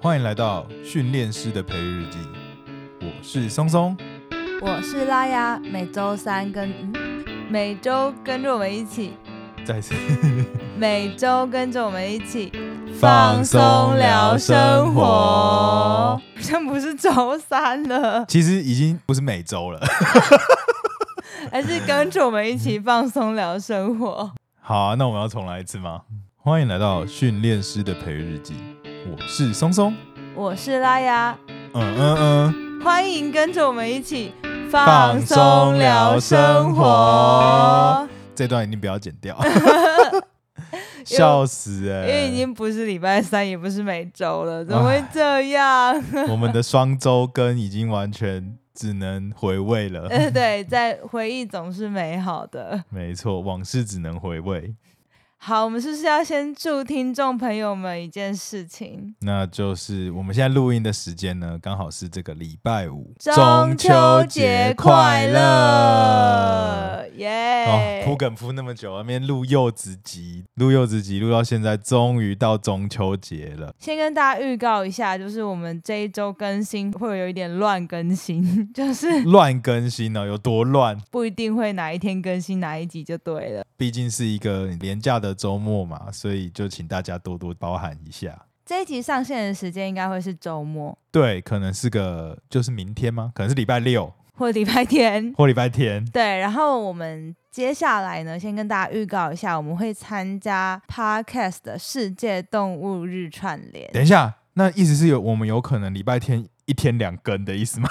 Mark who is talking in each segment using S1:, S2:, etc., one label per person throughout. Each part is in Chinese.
S1: 欢迎来到训练师的培育日记，我是松松。
S2: 我是拉雅，每周三跟、嗯、每周跟着我们一起，
S1: 再 次
S2: 每周跟着我们一起放松聊生活，好像不是周三了，
S1: 其实已经不是每周了。
S2: 还是跟着我们一起放松聊生活。
S1: 好啊、那我们要重来一次吗？欢迎来到训练师的培育日记，我是松松。
S2: 我是拉雅，
S1: 嗯嗯嗯。
S2: 欢迎跟着我们一起
S1: 放松聊生活
S2: 活，
S1: 这段一定不要剪 掉，,笑死哎、
S2: 因为已经不是礼拜三，也不是每周了，怎么会这样？
S1: 我们的双周更已经完全只能回味了，
S2: 呃，对，在回忆总是美好的。
S1: 没错，往事只能回味，
S2: 好，我们是不是要先祝听众朋友们一件事情？
S1: 那就是我们现在录音的时间呢，刚好是这个礼拜五，
S2: 中秋节快乐！哎
S1: 哦
S2: 耶，！
S1: 铺梗铺那么久，那边录柚子集，录柚子集录到现在，终于到中秋节了。
S2: 先跟大家预告一下，就是我们这一周更新会有一点乱更新， 就是
S1: 乱更新哦呢、有多乱？
S2: 不一定会哪一天更新哪一集就对了。
S1: 毕竟是一个廉价的周末嘛，所以就请大家多多包涵一下。
S2: 这一集上线的时间应该会是周末
S1: 对，可能是个就是明天吗？可能是礼拜六
S2: 或礼拜天。
S1: 或礼拜天。
S2: 对，然后我们接下来呢，先跟大家预告一下，我们会参加 Podcast 的世界动物日串联。
S1: 等一下，那意思是有我们有可能礼拜天一天两更的意思吗？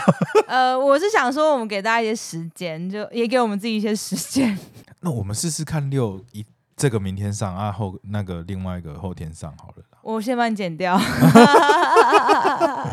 S2: 呃，我是想说，我们给大家一些时间，就也给我们自己一些时间。
S1: 那我们试试看六一这个明天上啊后那个另外一个后天上好了啦。
S2: 我先帮你剪掉。 大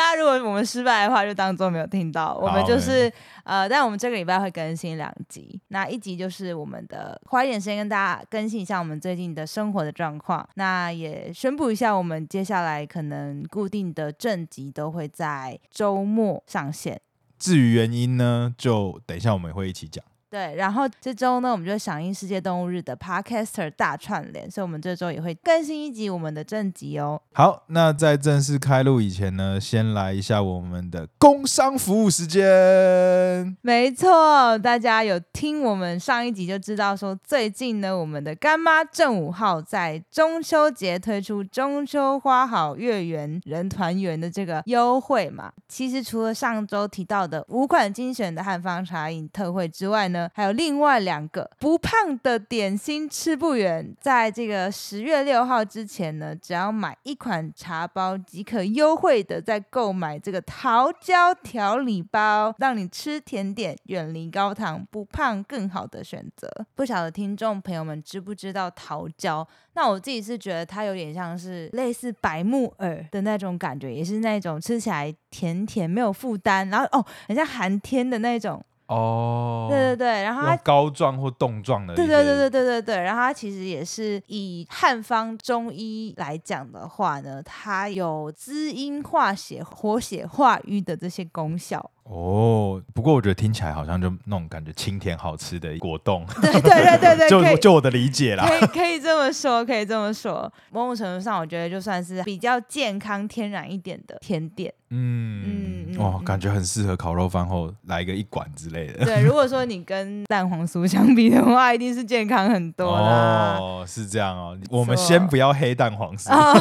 S2: 家如果我们失败的话，就当做没有听到。我们就是呃，但我们这个礼拜会更新两集，那一集就是我们的花一点时间跟大家更新一下我们最近的生活的状况，那也宣布一下我们接下来可能固定的正集都会在周末上线。
S1: 至于原因呢，就等一下我们也会一起讲。
S2: 对，然后这周呢，我们就会响应世界动物日的 Podcaster 大串联，所以我们这周也会更新一集我们的正集哦。
S1: 好，那在正式开录以前呢，先来一下我们的工商服务时间。
S2: 没错，大家有听我们上一集就知道，说最近呢，我们的干妈正五号在中秋节推出中秋花好月圆人团圆的这个优惠嘛。其实除了上周提到的五款精选的汉方茶饮特惠之外呢，还有另外两个不胖的点心吃不远，在这个十月六号之前呢，只要买一款茶包即可优惠的在购买这个桃胶调理包，让你吃甜点远离高糖，不胖更好的选择。不晓得听众朋友们知不知道桃胶？那我自己是觉得它有点像是类似白木耳的那种感觉，也是那种吃起来甜甜没有负担，然后哦，很像寒天的那种。
S1: 哦
S2: 对对对，然后它
S1: 用膏状或冻状的一些，
S2: 对对对对对对对，然后它其实也是以汉方中医来讲的话呢，它有滋阴化血、活血化瘀的这些功效。
S1: 哦，不过我觉得听起来好像就那种感觉清甜好吃的果冻，
S2: 对对对 对对，可
S1: 就
S2: 以。
S1: 就我的理解啦。
S2: 可以可以这么说，可以这么说。某种程度上，我觉得就算是比较健康、天然一点的甜点。
S1: 嗯，
S2: 嗯嗯
S1: 哦，
S2: 嗯
S1: 感觉很适合烤肉饭后来个一管之类的。
S2: 对，如果说你跟蛋黄酥相比的话，一定是健康很多啦。
S1: 哦，是这样哦。我们
S2: 错
S1: 先不要黑蛋黄酥，
S2: 啊。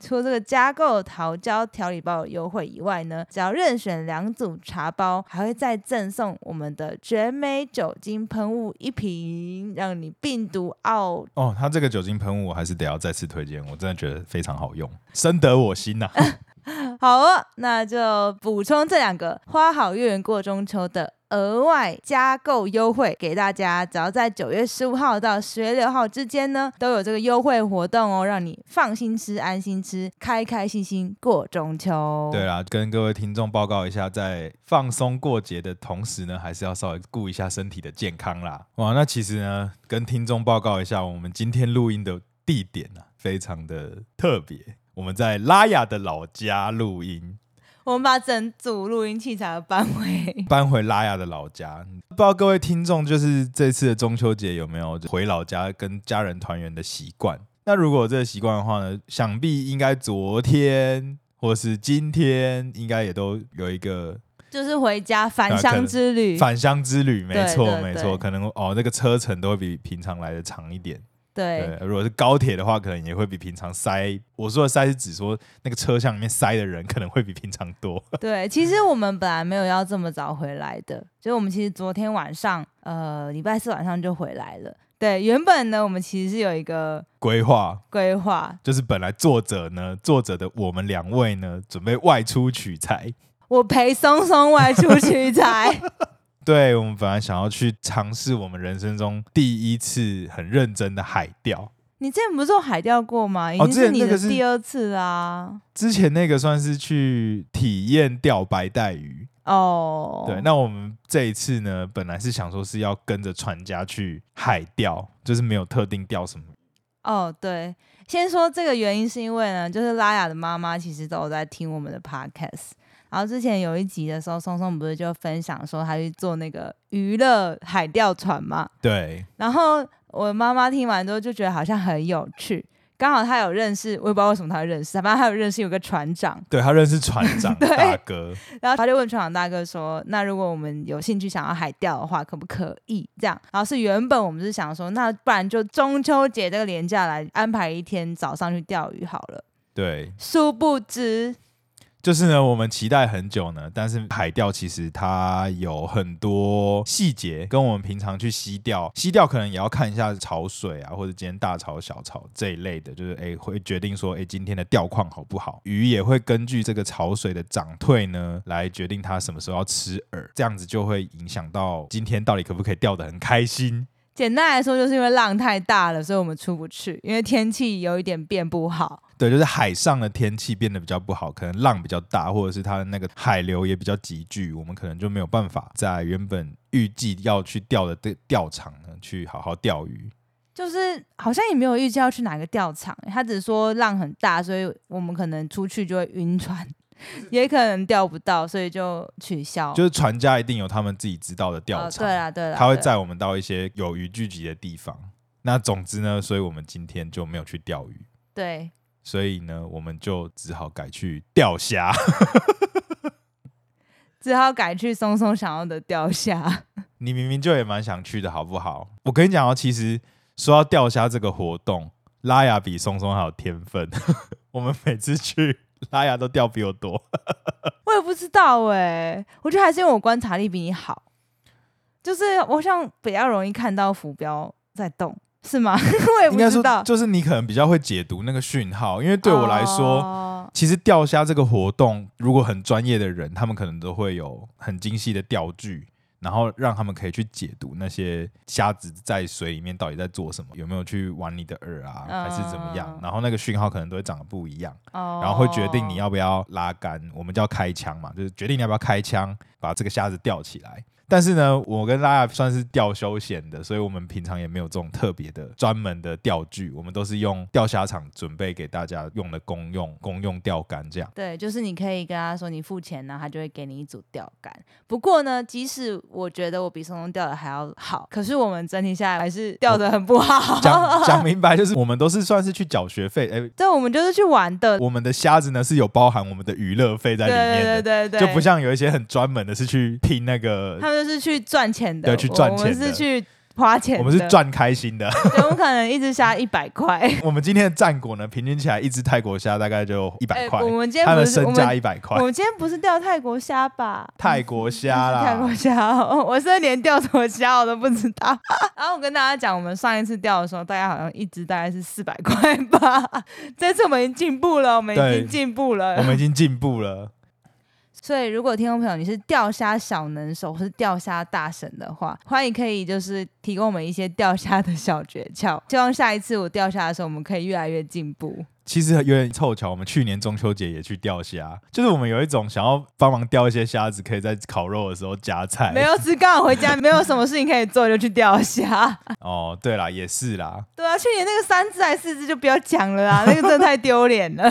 S2: 除了这个加购桃胶调理包有优惠以外呢，只要任选两组茶包，还会再赠送我们的绝美酒精喷雾一瓶，让你病毒傲。
S1: 哦，它这个酒精喷雾我还是得要再次推荐，我真的觉得非常好用，深得我心啊 呐、
S2: 好哦，那就补充这两个花好月圆过中秋的。额外加购优惠给大家，只要在九月十五号到十月六号之间呢，都有这个优惠活动哦，让你放心吃、安心吃、开开心心过中秋。
S1: 对啊啦，跟各位听众报告一下，在放松过节的同时呢，还是要稍微顾一下身体的健康啦。哇，那其实呢，跟听众报告一下，我们今天录音的地点啊，非常的特别，我们在拉雅的老家录音。
S2: 我们把整组录音器材搬回。
S1: 搬回拉雅的老家。不知道各位听众，就是这次的中秋节有没有回老家跟家人团圆的习惯？那如果有这个习惯的话呢，想必应该昨天或是今天，应该也都有一个
S2: 就是回家返
S1: 那啊可
S2: 乡
S1: 能
S2: 之旅，
S1: 返乡之旅。没
S2: 对
S1: 错，
S2: 对
S1: 没
S2: 对
S1: 错，可能哦，那个车程都会比平常来的长一点。
S2: 对
S1: 对，如果是高铁的话，可能也会比平常塞。我说的塞是指说那个车厢里面塞的人可能会比平常多。
S2: 对，其实我们本来没有要这么早回来的，就是我们其实昨天晚上，呃，礼拜四晚上就回来了。对，原本呢，我们其实是有一个
S1: 规划
S2: 规划，
S1: 就是本来作者呢，作者的我们两位呢，准备外出取材。
S2: 我陪松松外出取材，
S1: 对我们本来想要去尝试我们人生中第一次很认真的海钓，
S2: 你之前不是有海钓过吗？已
S1: 哦
S2: 经
S1: 之
S2: 是
S1: 前
S2: 你
S1: 那
S2: 的
S1: 个是
S2: 第二次啦、
S1: 之前那个算是去体验钓白带鱼。
S2: 哦，
S1: 对，那我们这一次呢，本来是想说是要跟着船家去海钓，就是没有特定钓什么。
S2: 哦，对，先说这个原因是因为呢，就是拉雅的妈妈其实都有在听我们的 podcast。然后之前有一集的时候，松松不是就分享说她去做那个娱乐海钓船嘛，
S1: 对，
S2: 然后我妈妈听完之后就觉得好像很有趣，刚好她有认识，我也不知道为什么她会认识，反正她有认识有个船长，
S1: 对他认识船长
S2: 对
S1: 大哥，
S2: 然后她就问船长大哥说：“那如果我们有兴趣想要海钓的话，可不可以这样？”然后是原本我们是想说，那不然就中秋节这个连假来安排一天早上去钓鱼好了。
S1: 对，
S2: 殊不知，
S1: 就是呢，我们期待很久呢，但是海钓其实它有很多细节，跟我们平常去溪钓，溪钓可能也要看一下潮水啊，或者今天大潮小潮这一类的，就是诶会决定说诶今天的钓况好不好，鱼也会根据这个潮水的涨退呢来决定它什么时候要吃饵，这样子就会影响到今天到底可不可以钓得很开心。
S2: 简单来说，就是因为浪太大了，所以我们出不去，因为天气有一点变不好。
S1: 对，就是海上的天气变得比较不好，可能浪比较大，或者是它的那个海流也比较急剧，我们可能就没有办法在原本预计要去钓的钓钓场呢，去好好钓鱼。
S2: 就是好像也没有预计要去哪个钓场、欸他只说浪很大，所以我们可能出去就会晕船， 也可能钓不到，所以就取消。
S1: 就是船家一定有他们自己知道的钓
S2: 哦、
S1: 场，
S2: 对啦对啦，
S1: 他会
S2: 对啦
S1: 载我们到一些有鱼聚集的地方。那总之呢，所以我们今天就没有去钓鱼，
S2: 对。
S1: 所以呢，我们就只好改去钓虾。
S2: 只好改去松松想要的钓虾，
S1: 你明明就也蛮想去的，好不好？我跟你讲哦，其实说到钓虾这个活动，拉雅比松松还有天分。 我们每次去拉雅都钓比我多，
S2: 我也不知道哎、我觉得还是因为我观察力比你好，就是我像比较容易看到浮标在动，是吗？ 哎我也
S1: 应
S2: 不
S1: 该
S2: 知
S1: 说
S2: 道，
S1: 就是你可能比较会解读那个讯号，因为对我来说。
S2: 哦
S1: 其实钓虾这个活动，如果很专业的人，他们可能都会有很精细的钓具，然后让他们可以去解读那些虾子在水里面到底在做什么，有没有去玩你的饵啊，还是怎么样
S2: 嗯？
S1: 然后那个讯号可能都会长得不一样，
S2: 哦
S1: 然后会决定你要不要拉杆，我们叫开枪嘛，就是决定你要不要开枪，把这个虾子吊起来。但是呢，我跟拉雅算是钓休闲的，所以我们平常也没有这种特别的专门的钓具，我们都是用钓虾场准备给大家用的公用公用钓竿这样。
S2: 对，就是你可以跟他说你付钱呢，他就会给你一组钓竿。不过呢，即使我觉得我比松松钓的还要好，可是我们整体下来还是钓的很不好。
S1: 讲讲明白就是我们都是算是去缴学费，哎、
S2: 对，我们就是去玩的，
S1: 我们的虾子呢是有包含我们的娱乐费在
S2: 对
S1: 里面的，
S2: 对对对对，
S1: 就不像有一些很专门的是去拼那个
S2: 他，们就是去赚钱的，
S1: 呃对去赚
S2: 我们
S1: 钱的
S2: 是去花钱
S1: 我
S2: 的，
S1: 们是，赚开心的。
S2: 对，我们可能一只虾一百 块。
S1: 我们今天的战果呢，平均起来一只泰国虾大概就一百
S2: 哎
S1: 块，
S2: 我们今天
S1: 它
S2: 不
S1: 的
S2: 是我
S1: 身价
S2: 们
S1: 一百块
S2: 我。们今天不是钓泰国虾吧？
S1: 泰国虾
S2: 是 泰
S1: 啦
S2: 国，虾哦，我是连钓什么虾我都不知道。 然后我跟大家讲，我们上一次钓的时候，大家好像一只大概是四百块吧。 这次我们已经进步了，我们已
S1: 对
S2: 经进步
S1: 我
S2: 了。
S1: 们已经进步了。
S2: 所以，如果听众朋友你是钓虾小能手或是钓虾大神的话，欢迎可以就是提供我们一些钓虾的小诀窍。希望下一次我钓虾的时候，我们可以越来越进步。
S1: 其实有点凑巧，我们去年中秋节也去钓虾，就是我们有一种想要帮忙钓一些虾子，可以在烤肉的时候夹菜。
S2: 没有，只刚好回家，没有什么事情可以做，就去钓虾。
S1: 哦，对啦，也是啦，
S2: 对啊，去年那个三只还是四只就不要讲了啊啦，那个真的太丢 脸了。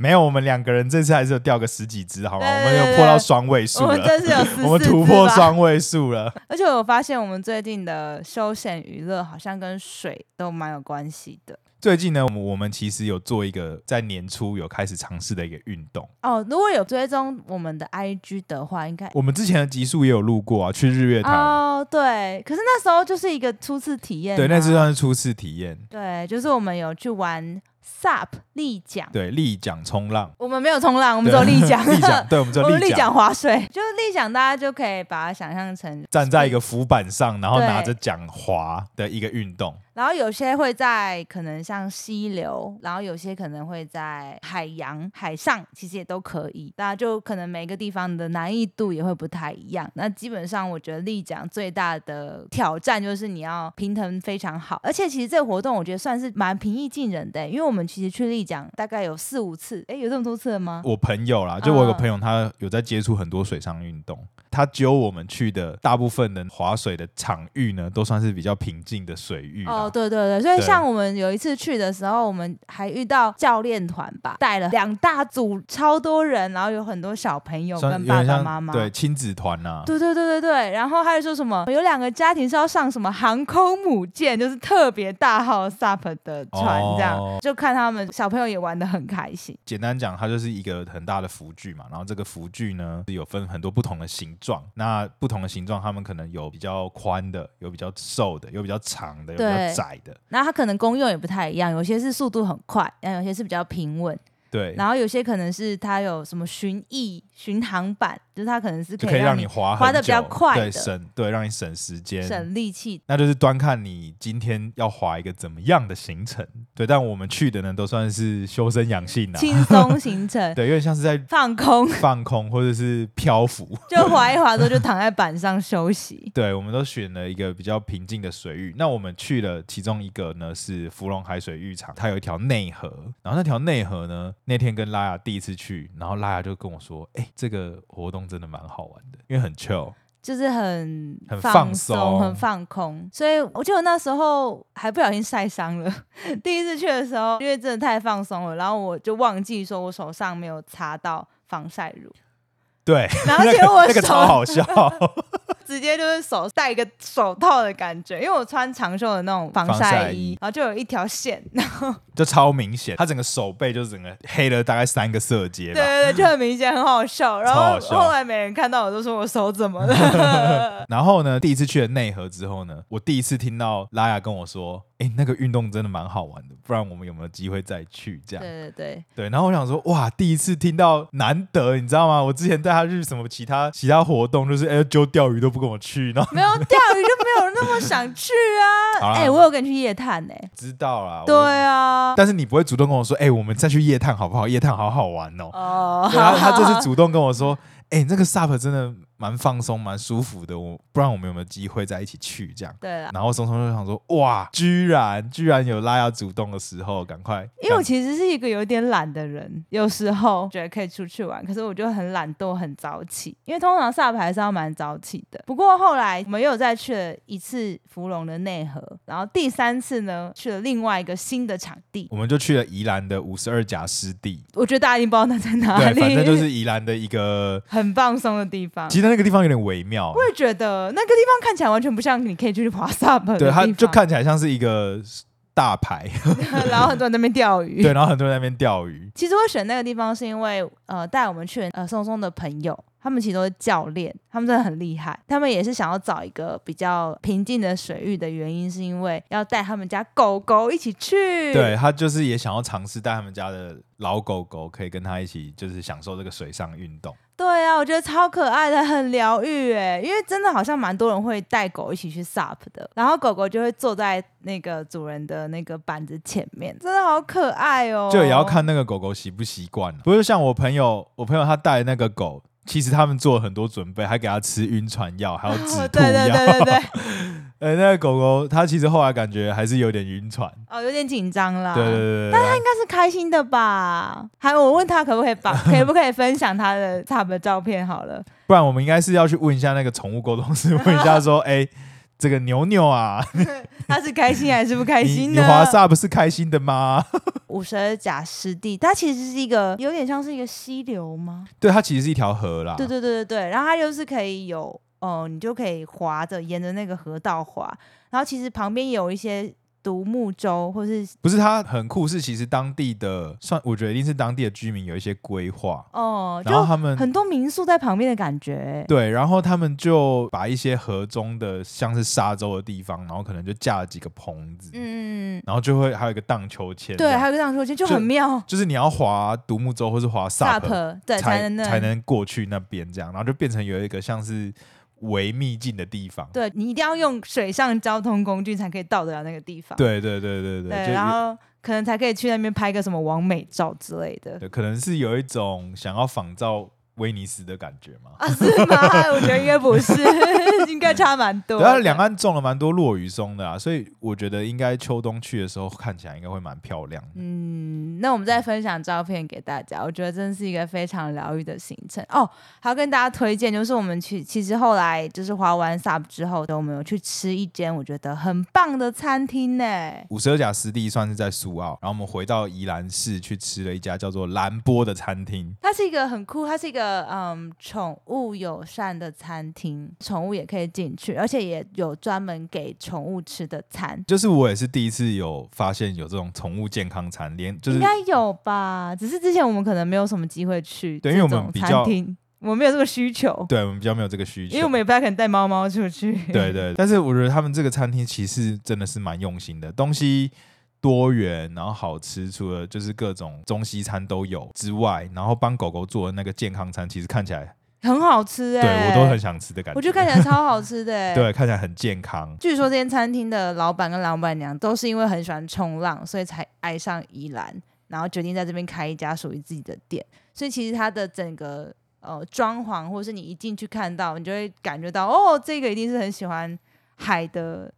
S1: 没有，我们两个人这次还是有钓个十几只，好吗？
S2: 对
S1: 我们
S2: 对
S1: 有破到
S2: 对
S1: 双位数
S2: 呃我们
S1: 了，
S2: 真是 有十
S1: 啊我们
S2: 四
S1: 突
S2: 只
S1: 破
S2: 吧
S1: 双位数了。
S2: 而且我发现我们最近的休闲娱乐好像跟水都蛮有关系的。
S1: 最近呢，我们我们其实有做一个在年初有开始尝试的一个运动。
S2: 哦，如果有追踪我们的 IG 的话，应该
S1: 我们之前的集数也有录过啊，去日月潭，
S2: 哦对。可是那时候就是一个初次体验啊、
S1: 对，那次算是初次体验。
S2: 对，就是我们有去玩 SUP 立桨，
S1: 对，立桨冲浪，
S2: 我们没有冲浪，我们走立桨，
S1: 立 桨，对，我们叫
S2: 我们立
S1: 立桨
S2: 桨，划水，就是立桨，大家就可以把它想象成
S1: 站在一个浮板上，然后
S2: 对
S1: 拿着桨划的一个运动。
S2: 然后有些会在可能像溪流，然后有些可能会在海洋、海上，其实也都可以。那就可能每个地方的难易度也会不太一样。那基本上我觉得立桨最大的挑战就是你要平衡非常好，而且其实这个活动我觉得算是蛮平易近人的，欸因为我们其实去立桨大概有四五次，诶，有这么多次了吗？
S1: 我朋友啦，就我有个
S2: 嗯
S1: 朋友，他有在接触很多水上运动。他揪我们去的大部分的划水的场域呢，都算是比较平静的水域啊啦。
S2: 哦，对对对，所以
S1: 对
S2: 像我们有一次去的时候，我们还遇到教练团吧，带了两大组，超多人，然后有很多小朋友
S1: 算
S2: 跟
S1: 有
S2: 爸
S1: 点
S2: 爸
S1: 像
S2: 妈妈。
S1: 对亲子团啊呐、
S2: 对对对对对然后他就说什么有两个家庭是要上什么航空母舰，就是特别大号 SUP 的船这样，
S1: 哦
S2: 就看他们小朋友也玩的很开心。
S1: 简单讲，它就是一个很大的浮具嘛。然后这个浮具呢，有分很多不同的形状。那不同的形状，它们可能有比较宽的，有比较瘦的，有比较长的，有比
S2: 对
S1: 较窄的。
S2: 然后它可能功用也不太一样，有些是速度很快，然后有些是比较平稳，
S1: 对，
S2: 然后有些可能是它有什么巡弋、巡航版，就是它可能是
S1: 就
S2: 可
S1: 可
S2: 以
S1: 以
S2: 让
S1: 让
S2: 你
S1: 你滑
S2: 滑
S1: 很
S2: 得比较
S1: 久
S2: 快的
S1: 对，省对，让你省时间，
S2: 省力气。
S1: 那就是端看你今天要划一个怎么样的行程。对，但我们去的呢，都算是修身养性啊。
S2: 轻松行 程，
S1: 对，有点像是在
S2: 放空
S1: 放空或者是漂浮。
S2: 就滑一滑之后就躺在板上 休息。
S1: 对，我们都选了一个比较平静的水域。那我们去了其中一个呢是芙蓉海水浴场，它有一条内河。然后那条内河呢，那天跟拉雅第一次去，然后拉雅就跟我说：“哎、这个活动真的蛮好玩的，因为很 chill。
S2: 就是很
S1: 很
S2: 放
S1: 放
S2: 松、
S1: 松
S2: 很放空，所以我记得那时候还不小心晒伤了。 第一次去的时候，因为真的太放松了，然后我就忘记说我手上没有擦到防晒乳，”
S1: 对，
S2: 然后结果 我
S1: 那个
S2: 手
S1: 超好笑，
S2: 直接就是手戴一个手套的感觉，因为我穿长袖的那种防
S1: 防
S2: 晒
S1: 晒
S2: 衣
S1: 衣，
S2: 然后就有一条线，
S1: 就超明显，他整个手背就整个黑了大概三个色阶吧。
S2: 对对对，就很明显，很好笑。然
S1: 超
S2: 后
S1: 好笑啊
S2: 后来没人看到，我都说我手 怎么了？
S1: 然后呢，第一次去了内河之后呢，我第一次听到拉雅跟我说：“哎，那个运动真的蛮好玩的，不然我们有没有机会再去？”这样
S2: 对对对，
S1: 对，然后我想说，哇，第一次听到难得，你知道吗？我之前带他去什么其他其他活动，就是哎揪钓鱼都不跟我去， 然后
S2: 没有钓鱼就没有那么想去啊。
S1: 好啦
S2: 哎、我有跟你去夜探呢、
S1: 知道啦。我
S2: 对，啊，
S1: 但是你不会主动跟我说，哎，我们再去夜探好不好？夜探好好玩哦。
S2: 哦，
S1: 对啊，他这次主动跟我说，哎，那个 SUP 真的蛮放松、蛮舒服的，我不然我们有没有机会再一起去这样？
S2: 对了，
S1: 然后松松就想说，哇，居然居然有拉雅主动的时候，赶快，
S2: 因为我其实是一个有点懒的人，有时候觉得可以出去玩，可是我就很懒惰，很早起。因为通常下牌是要蛮早起的。不过后来我们又再去了一次芙蓉的内河，然后第三次呢去了另外一个新的场地。
S1: 我们就去了宜兰的五十二甲湿地，
S2: 我觉得大家一定不知道那在哪
S1: 对，
S2: 里，
S1: 反正就是宜兰的一个，
S2: 很放松的地方。
S1: 其实那个地方有点微妙，
S2: 会觉得那个地方看起来完全不像你可以去爬 SUP 的
S1: 对，它
S2: 地
S1: 就
S2: 方，
S1: 看起来像是一个大 牌，
S2: 然后很多人在那边钓鱼。
S1: 对，然后很多人在那边钓鱼，
S2: 其实我选那个地方是因为呃，带我们去呃松松的朋友，他们其实都是教练，他们真的很厉害。他们也是想要找一个比较平静的水域的原因，是因为要带他们家狗狗一起去。
S1: 对，他就是也想要尝试带他们家的老狗狗，可以跟他一起就是享受这个水上运动。
S2: 对啊，我觉得超可爱的，很疗愈哎。因为真的好像蛮多人会带狗一起去 SUP 的，然后狗狗就会坐在那个主人的那个板子前面，真的好可爱哦。
S1: 就也要看那个狗狗习不习惯、啊。不是像我朋友，我朋友他带那个狗，其实他们做了很多准备，还给它吃晕船药，还有止
S2: 哦
S1: 吐
S2: 对
S1: 药。
S2: 对对对 对，
S1: 呃，那个狗狗它其实后来感觉还是有点晕船。
S2: 哦，有点紧张啦。
S1: 对对对对啊对
S2: 应该是开心的吧？还有我问他可不可 以把可不可以分享他的 t 的照片好了？
S1: 不然我们应该是要去问一下那个宠物沟通师，问一下 说，哎、这个牛牛啊，
S2: 他是开心还是不开
S1: 你
S2: 心啊
S1: 你
S2: 呢？
S1: 滑 SUP 是开心的吗？
S2: 五十二甲湿地，它其实是一个有点像是一个溪流吗？
S1: 对，它其实是一条河啦。
S2: 对对对对对，然后它又是可以嗯有哦、呃你就可以划着沿着那个河道划，然后其实旁边有一些。独木舟，或是
S1: 不是它很酷，是其实当地的算，我觉得一定是当地的居民有一些规划，
S2: 哦，
S1: 然后
S2: 就
S1: 他们
S2: 很多民宿在旁边的感觉。
S1: 对，然后他们就把一些河中的像是沙洲的地方，然后可能就架了几个棚子，
S2: 嗯，
S1: 然后就会还有一个荡秋千这
S2: 对，
S1: 样，
S2: 还有个荡秋千就
S1: 就
S2: 很妙
S1: 就是你要滑独木舟或是滑 SUP，
S2: ，SUP 对
S1: 才
S2: 能
S1: 才
S2: 那。
S1: 能过去那边这样，然后就变成有一个像是微秘境的地方。
S2: 对你一定要用水上交通工具才可以到得了那个地方。
S1: 对对对对对，
S2: 对，
S1: 就
S2: 然后可能才可以去那边拍个什么完美照之类的
S1: 对可能是有一种想要仿照威尼斯的感觉嘛。
S2: 啊？ 是吗？我觉得应该不是， 应该差蛮多的。
S1: 然后啊两岸种了蛮多落羽松的啊，所以我觉得应该秋冬去的时候看起来应该会蛮漂亮的。
S2: 嗯，那我们再分享照片给大家，我觉得真是一个非常疗愈的行程哦。还要跟大家推荐，就是我们去，其实后来就是滑完 SUP 之后，我们有去吃一间我觉得很棒的餐厅呢。
S1: 五十二甲湿地算是在苏澳，然后我们回到宜兰市去吃了一家叫做兰波的餐厅。
S2: 它是一个很酷，它是一个嗯宠物友善的餐厅，宠物也可以进去，而且也有专门给宠物吃的餐，
S1: 就是我也是第一次有发现有这种宠物健康餐，连就是
S2: 应该有吧？只是之前我们可能没有什么机会去
S1: 对
S2: 这
S1: 因为我们
S2: 种
S1: 比
S2: 餐
S1: 较
S2: 厅，我们没有这个需求，
S1: 对我们比较没有这个需求，
S2: 因为我们也不太可能带猫猫出去。
S1: 对对，但是我觉得他们这个餐厅其实真的是蛮用心的，东西多元，然后好吃，除了就是各种中西餐都有之外，然后帮狗狗做的那个健康餐，其实看起来
S2: 很好吃哎、
S1: 对我都很，想吃的感觉，
S2: 我觉得看起来超好吃的、欸。。
S1: 对看起来很健康。
S2: 据说这间餐厅的老板跟老板娘都是因为很喜欢冲浪，所以才爱上宜兰，然后决定在这边开一家属于自己的店。所以其实它的整个呃装潢，或是你一进去看到，你就会感觉到哦，这个一定是很喜欢海的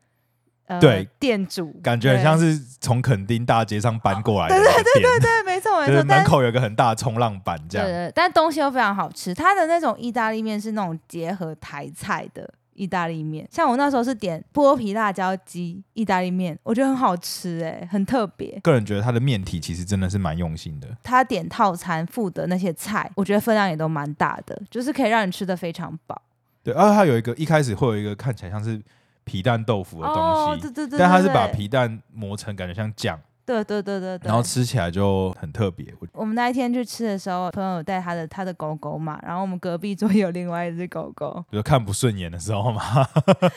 S2: 呃
S1: 对
S2: 店主，
S1: 感觉很像
S2: 是
S1: 是从垦丁大街上搬过来的那个店，
S2: 哦对，没错没
S1: 就是，
S2: 错
S1: 门
S2: 但
S1: 口有一个很大的冲浪板这
S2: 对
S1: 样。
S2: 对，但东西又非常好吃。它的那种意大利面是那种结合台菜的意大利面，像我那时候是点剥皮辣椒鸡意大利面，我觉得很好吃哎、很特别。
S1: 个人觉得它的面体其实真的是蛮用心的，
S2: 他点套餐附的那些菜，我觉得分量也都蛮大的，就是可以让你吃的非常饱。
S1: 对。而且它有一个一开始会有一个看起来像是皮蛋豆腐的东
S2: 哦，
S1: 西，
S2: 对对对，
S1: 但它
S2: 对
S1: 是把
S2: 对
S1: 皮蛋磨成感觉像酱。
S2: 对对对对对，
S1: 然后吃起来就很特别。我
S2: 我们那一天去吃的时候，朋友带他的他的狗狗嘛，然后我们隔壁桌有另外一只狗狗，
S1: 就看不顺眼的时候 嘛，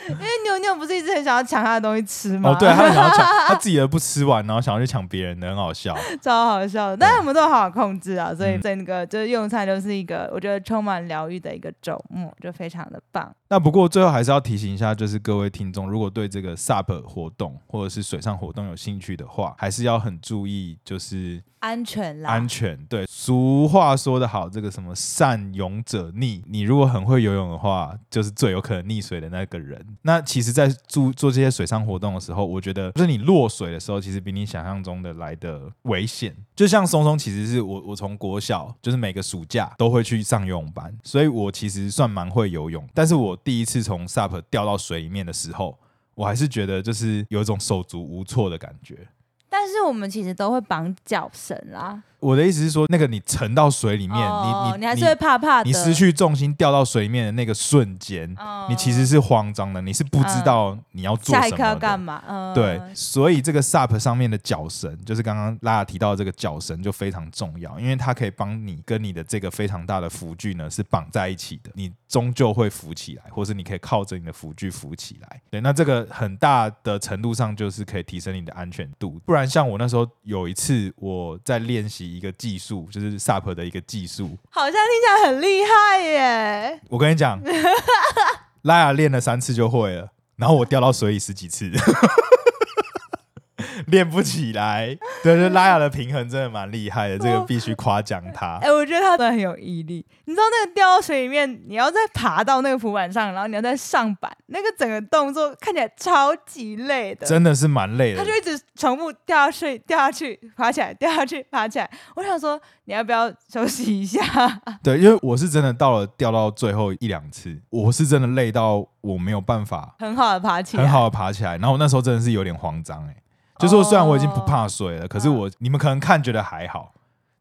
S2: 因为牛牛不是一直很想要抢他的东西吃吗？
S1: 哦，对，他们想要抢他自己的不吃完，然后想要去抢别人的，很好 笑。
S2: 超好笑的，但是我们都好好控制啊，所以
S1: 嗯
S2: 整个就是用餐就是一个我觉得充满疗愈的一个周末，就非常的棒。
S1: 那不过最后还是要提醒一下，就是各位听众，如果对这个 SUP 活动或者是水上活动有兴趣的话，还是要很注意，就是
S2: 安全啦，
S1: 安全。对，俗话说得好，这个什么善泳者溺，你如果很会游泳的话，就是最有可能溺水的那个人。那其实，在做做这些水上活动的时候，我觉得就是你落水的时候，其实比你想象中的来的危险。就像松松，其实是我我从国小就是每个暑假都会去上游泳班，所以我其实算蛮会游泳。但是我第一次从 SUP 掉到水里面的时候。我还是觉得就是有一种手足无措的感觉。
S2: 但是我们其实都会绑脚绳啦，
S1: 我的意思是说，那个你沉到水里面，
S2: 哦
S1: 你
S2: 你还是会怕怕的，
S1: 你失去重心掉到水面的那个瞬间，
S2: 哦，嗯
S1: 你其实是慌张的，你是不知道你要做
S2: 下
S1: 什
S2: 一
S1: 么
S2: 刻要
S1: 的。
S2: 干嘛？嗯，
S1: 对，所以这个 SUP 上面的脚绳，就是刚刚拉拉提到的这个脚绳就非常重要，因为它可以帮你跟你的这个非常大的浮具呢是绑在一起的，你终究会浮起来，或是你可以靠着你的浮具浮起来。对，那这个很大的程度上就是可以提升你的安全度。不然像我那时候有一次我在练习一个技术，就是 SUP 的一个技术，
S2: 好像听起来很厉害耶。
S1: 我跟你 讲，拉雅练了三次就会了，然后我掉到水里十几次， 练不起来。对，就拉雅的平衡真的蛮厉害的，这个必须夸奖 他
S2: 哎、。我觉得他真的很有毅力。你知道那个掉到水里面，你要再爬到那个浮板上，然后你要再上板，那个整个动作看起来超级累的。
S1: 真的是蛮累
S2: 他
S1: 的
S2: 就，一直重复掉下去、掉下去、爬起来、掉下去、爬起来。我想说，你要不要休息一下？
S1: 对，因为我是真的到了掉到最后一两次，我是真的累到我没有办法
S2: 很好的爬起来，
S1: 很好的爬起来，然后我那时候真的是有点慌张哎、就说虽然我已经不怕水了，可是
S2: 哦
S1: 我你们可能看觉得还好，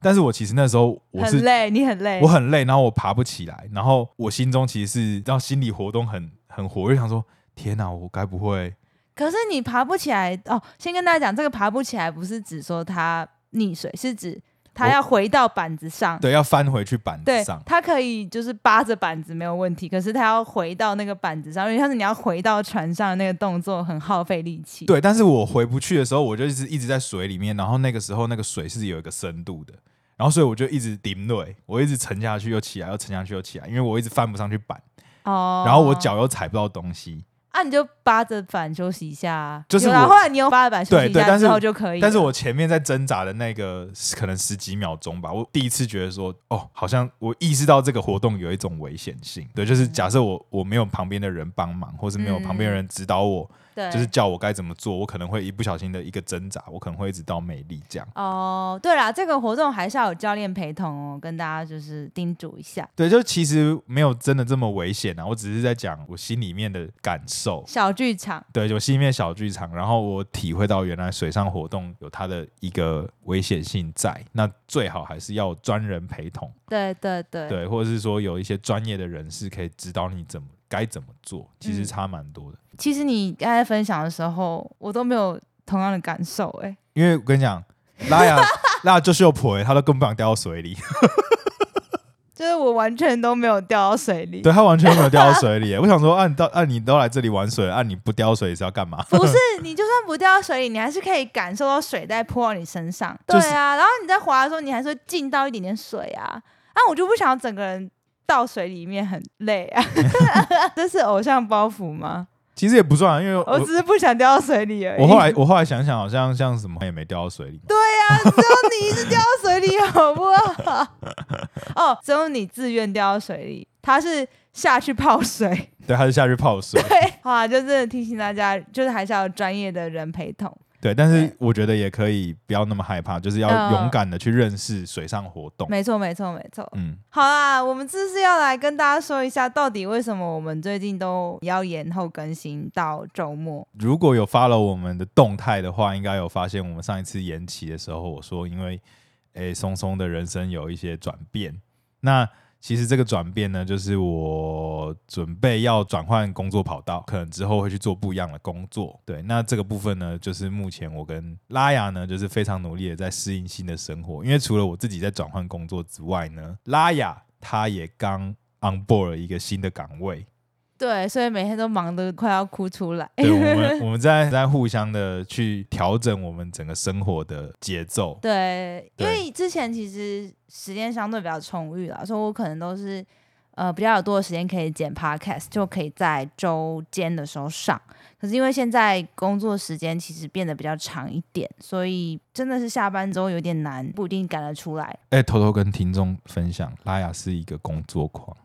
S1: 但是我其实那时候我是
S2: 很累，你很累
S1: 我。很累，然后我爬不起来，然后我心中其实是让心理活动很很活跃，想说天哪，我该不会
S2: 可是你爬不起来哦。先跟大家讲，这个爬不起来不是指说它溺水，是指它要回到板子上。
S1: 对，要翻回去板
S2: 对
S1: 子上，。
S2: 它可以就是扒着板子没有问题，可是它要回到那个板子上，因为像是你要回到船上的那个动作很耗费力气。
S1: 对，但是我回不去的时候，我就一直一直在水里面，然后那个时候那个水是有一个深度的，然后所以我就一直顶累，我一直沉下去又起来，又沉下去又起来，因为我一直翻不上去板，
S2: 哦，
S1: 然后我脚又踩不到东西。
S2: 啊，你就扒着板休息一下啊，
S1: 就是
S2: 有啦
S1: 我
S2: 后来你有扒着板休息一
S1: 对对
S2: 下
S1: 但是
S2: 之后就可以了，啊
S1: 但是我前面在挣扎的那个可能十几秒钟吧，我第一次觉得说，哦，好像我意识到这个活动有一种危险性。对，就是
S2: 嗯
S1: 假设我我没有旁边的人帮忙，或是没有旁边的人指导我，
S2: 嗯对
S1: 就是叫我该怎么做，我可能会一不小心的一个挣扎，我可能会一直到美丽这样。
S2: 哦，对啦，这个活动还是要有教练陪同哦，跟大家就是叮嘱一下。
S1: 对，就其实没有真的这么危险啊，我只是在讲我心里面的感受。
S2: 小剧场，
S1: 对，就心里面的小剧场，然后我体会到原来水上活动有它的一个危险性在，那最好还是要有专人陪同，
S2: 对对对，
S1: 对，或者是说有一些专业的人士可以指导你怎么该怎么做，其
S2: 嗯
S1: 实差蛮多的。
S2: 其实你刚才分享的时候，我都没有同样的感受、哎，
S1: 因为我跟你讲，拉 雅拉雅就是有婆、欸，他都根本不想掉到水里，
S2: 就是我完全都没有掉到水里。
S1: 对他完全没有掉到水里欸、我想说，啊，你到啊你都来这里玩水了，啊你不掉到水是要干嘛？
S2: 不 是，你就算不掉到水里，你还是可以感受到水在泼到你身上。对
S1: 就是
S2: 啊，然后你在滑的时候，你还是会浸到一点点水啊。啊，我就不想要整个人到水里面很累 啊。 这是偶像包袱吗？
S1: 其实也不算啊，因为
S2: 我只是不想掉到水里而已。
S1: 我后来我后来想想，好像像什么也没掉到水里嘛。
S2: 对呀、只有你一直掉到水里，好不好？哦，只有你自愿掉到水里，他是下去泡水。
S1: 对，他就下去泡水。
S2: 对，好啊，就真的提醒大家，就是还是要有专业的人陪同。
S1: 对，但是
S2: 对
S1: 我觉得也可以不要那么害怕，就是要
S2: 嗯
S1: 勇敢的去认识水上活动。
S2: 没错，没错，没错。
S1: 嗯，
S2: 好啦，我们这次要来跟大家说一下，到底为什么我们最近都要延后更新到周末？
S1: 如果有 follow 我们的动态的话，应该有发现我们上一次延期的时候，我说因为诶松松的人生有一些转变。那其实这个转变呢，就是我准备要转换工作跑道，可能之后会去做不一样的工作。对，那这个部分呢，就是目前我跟拉雅呢，就是非常努力的在适应新的生活。因为除了我自己在转换工作之外呢，拉雅她也刚 on board 了一个新的岗位。
S2: 对，所以每天都忙得快要哭出来。
S1: 对，我 们我们在在互相的去调整我们整个生活的节奏。
S2: 对，因
S1: 对
S2: 为之前其实时间相对比较充裕啦，所以我可能都是呃比较有多的时间可以剪 podcast，就可以在周间的时候上。可是因为现在工作时间其实变得比较长一点，所以真的是下班之后有点难，不一定赶得出来。
S1: 哎、偷偷跟听众分享，拉雅是一个工作狂，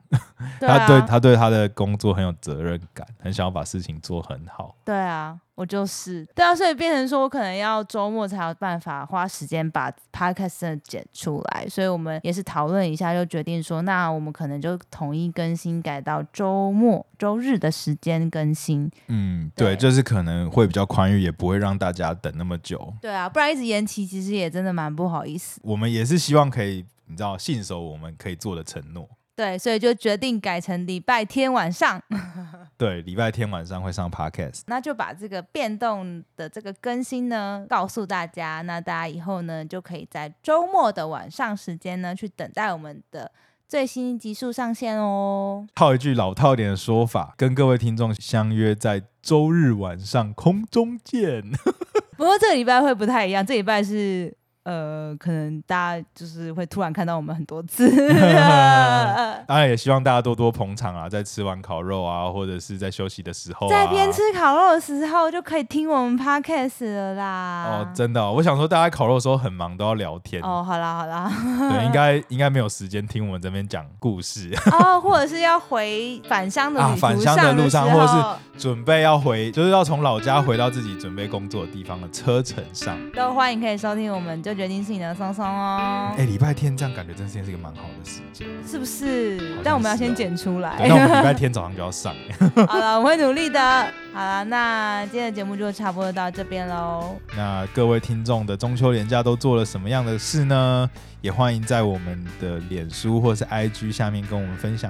S2: 对
S1: 他对
S2: 啊，
S1: 他对他的工作很有责任感，很想要把事情做很好。
S2: 对啊，我就是对啊，所以变成说我可能要周末才有办法花时间把 podcast 真的剪出来，所以我们也是讨论一下，就决定说，那我们可能就统一更新，改到周末、周日的时间更新。
S1: 嗯，对，
S2: 对
S1: 就是可能会比较宽裕，也不会让大家等那么久。
S2: 对啊，不然一直延期，其实也真的蛮不好意思。
S1: 我们也是希望可以，你知道，信守我们可以做的承诺。
S2: 对，所以就决定改成礼拜天晚上，
S1: 对，礼拜天晚上会上 podcast。
S2: 那就把这个变动的这个更新呢告诉大家，那大家以后呢就可以在周末的晚上时间呢去等待我们的最新集数上线哦。
S1: 套一句老套一点的说法，跟各位听众相约在周日晚上空中见。
S2: 不过这个礼拜会不太一样，这礼拜是呃，可能大家就是会突然看到我们很多 呃次。啊
S1: 当然也希望大家多多捧场啊，在吃完烤肉啊，或者是在休息的时候、啊，
S2: 在边吃烤肉的时候就可以听我们 podcast 了啦。
S1: 哦，真的哦、我想说大家烤肉的时候很忙，都要聊天，
S2: 啊哦，好啦好啦，
S1: 对，应该应该没有时间听我们这边讲故事，
S2: 哦，或者是要回返乡的
S1: 啊
S2: 旅途
S1: 返乡的路上
S2: 时
S1: 或者是
S2: 候
S1: 准备要回，就是要从老家回到自己准备工作的地方的车程上。
S2: 都欢迎可以收听，我们就决定是你的松松哦，
S1: 哎、礼拜天这样感觉真是一个蛮好的时间，
S2: 是不是
S1: 好？
S2: 但
S1: 像
S2: 我们要
S1: 是
S2: 先
S1: 哦
S2: 剪出来
S1: 对，。那我们礼拜天早上就要上。
S2: 好了，我会努力的。好了，那今天的节目就差不多到这边喽。
S1: 那各位听众的中秋连假都做了什么样的事呢？也欢迎在我们的脸书或是 IG 下面跟我们分享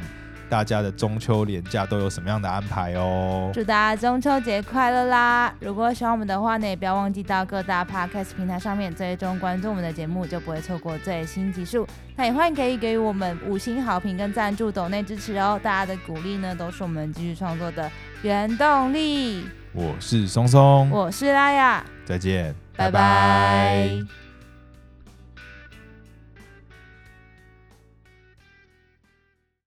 S1: 大家的中秋连假都有什么样的安排哦。
S2: 祝大家中秋节快乐啦！如果喜欢我们的话呢，也不要忘记到各大 podcast 平台上面追踪关注我们的节目，就不会错过最新集数。那也欢迎可以给予我们五星好评跟赞助，抖内支持哦。大家的鼓励呢，都是我们继续创作的原动力。
S1: 我是松松，
S2: 我是拉雅，
S1: 再见，
S2: 拜拜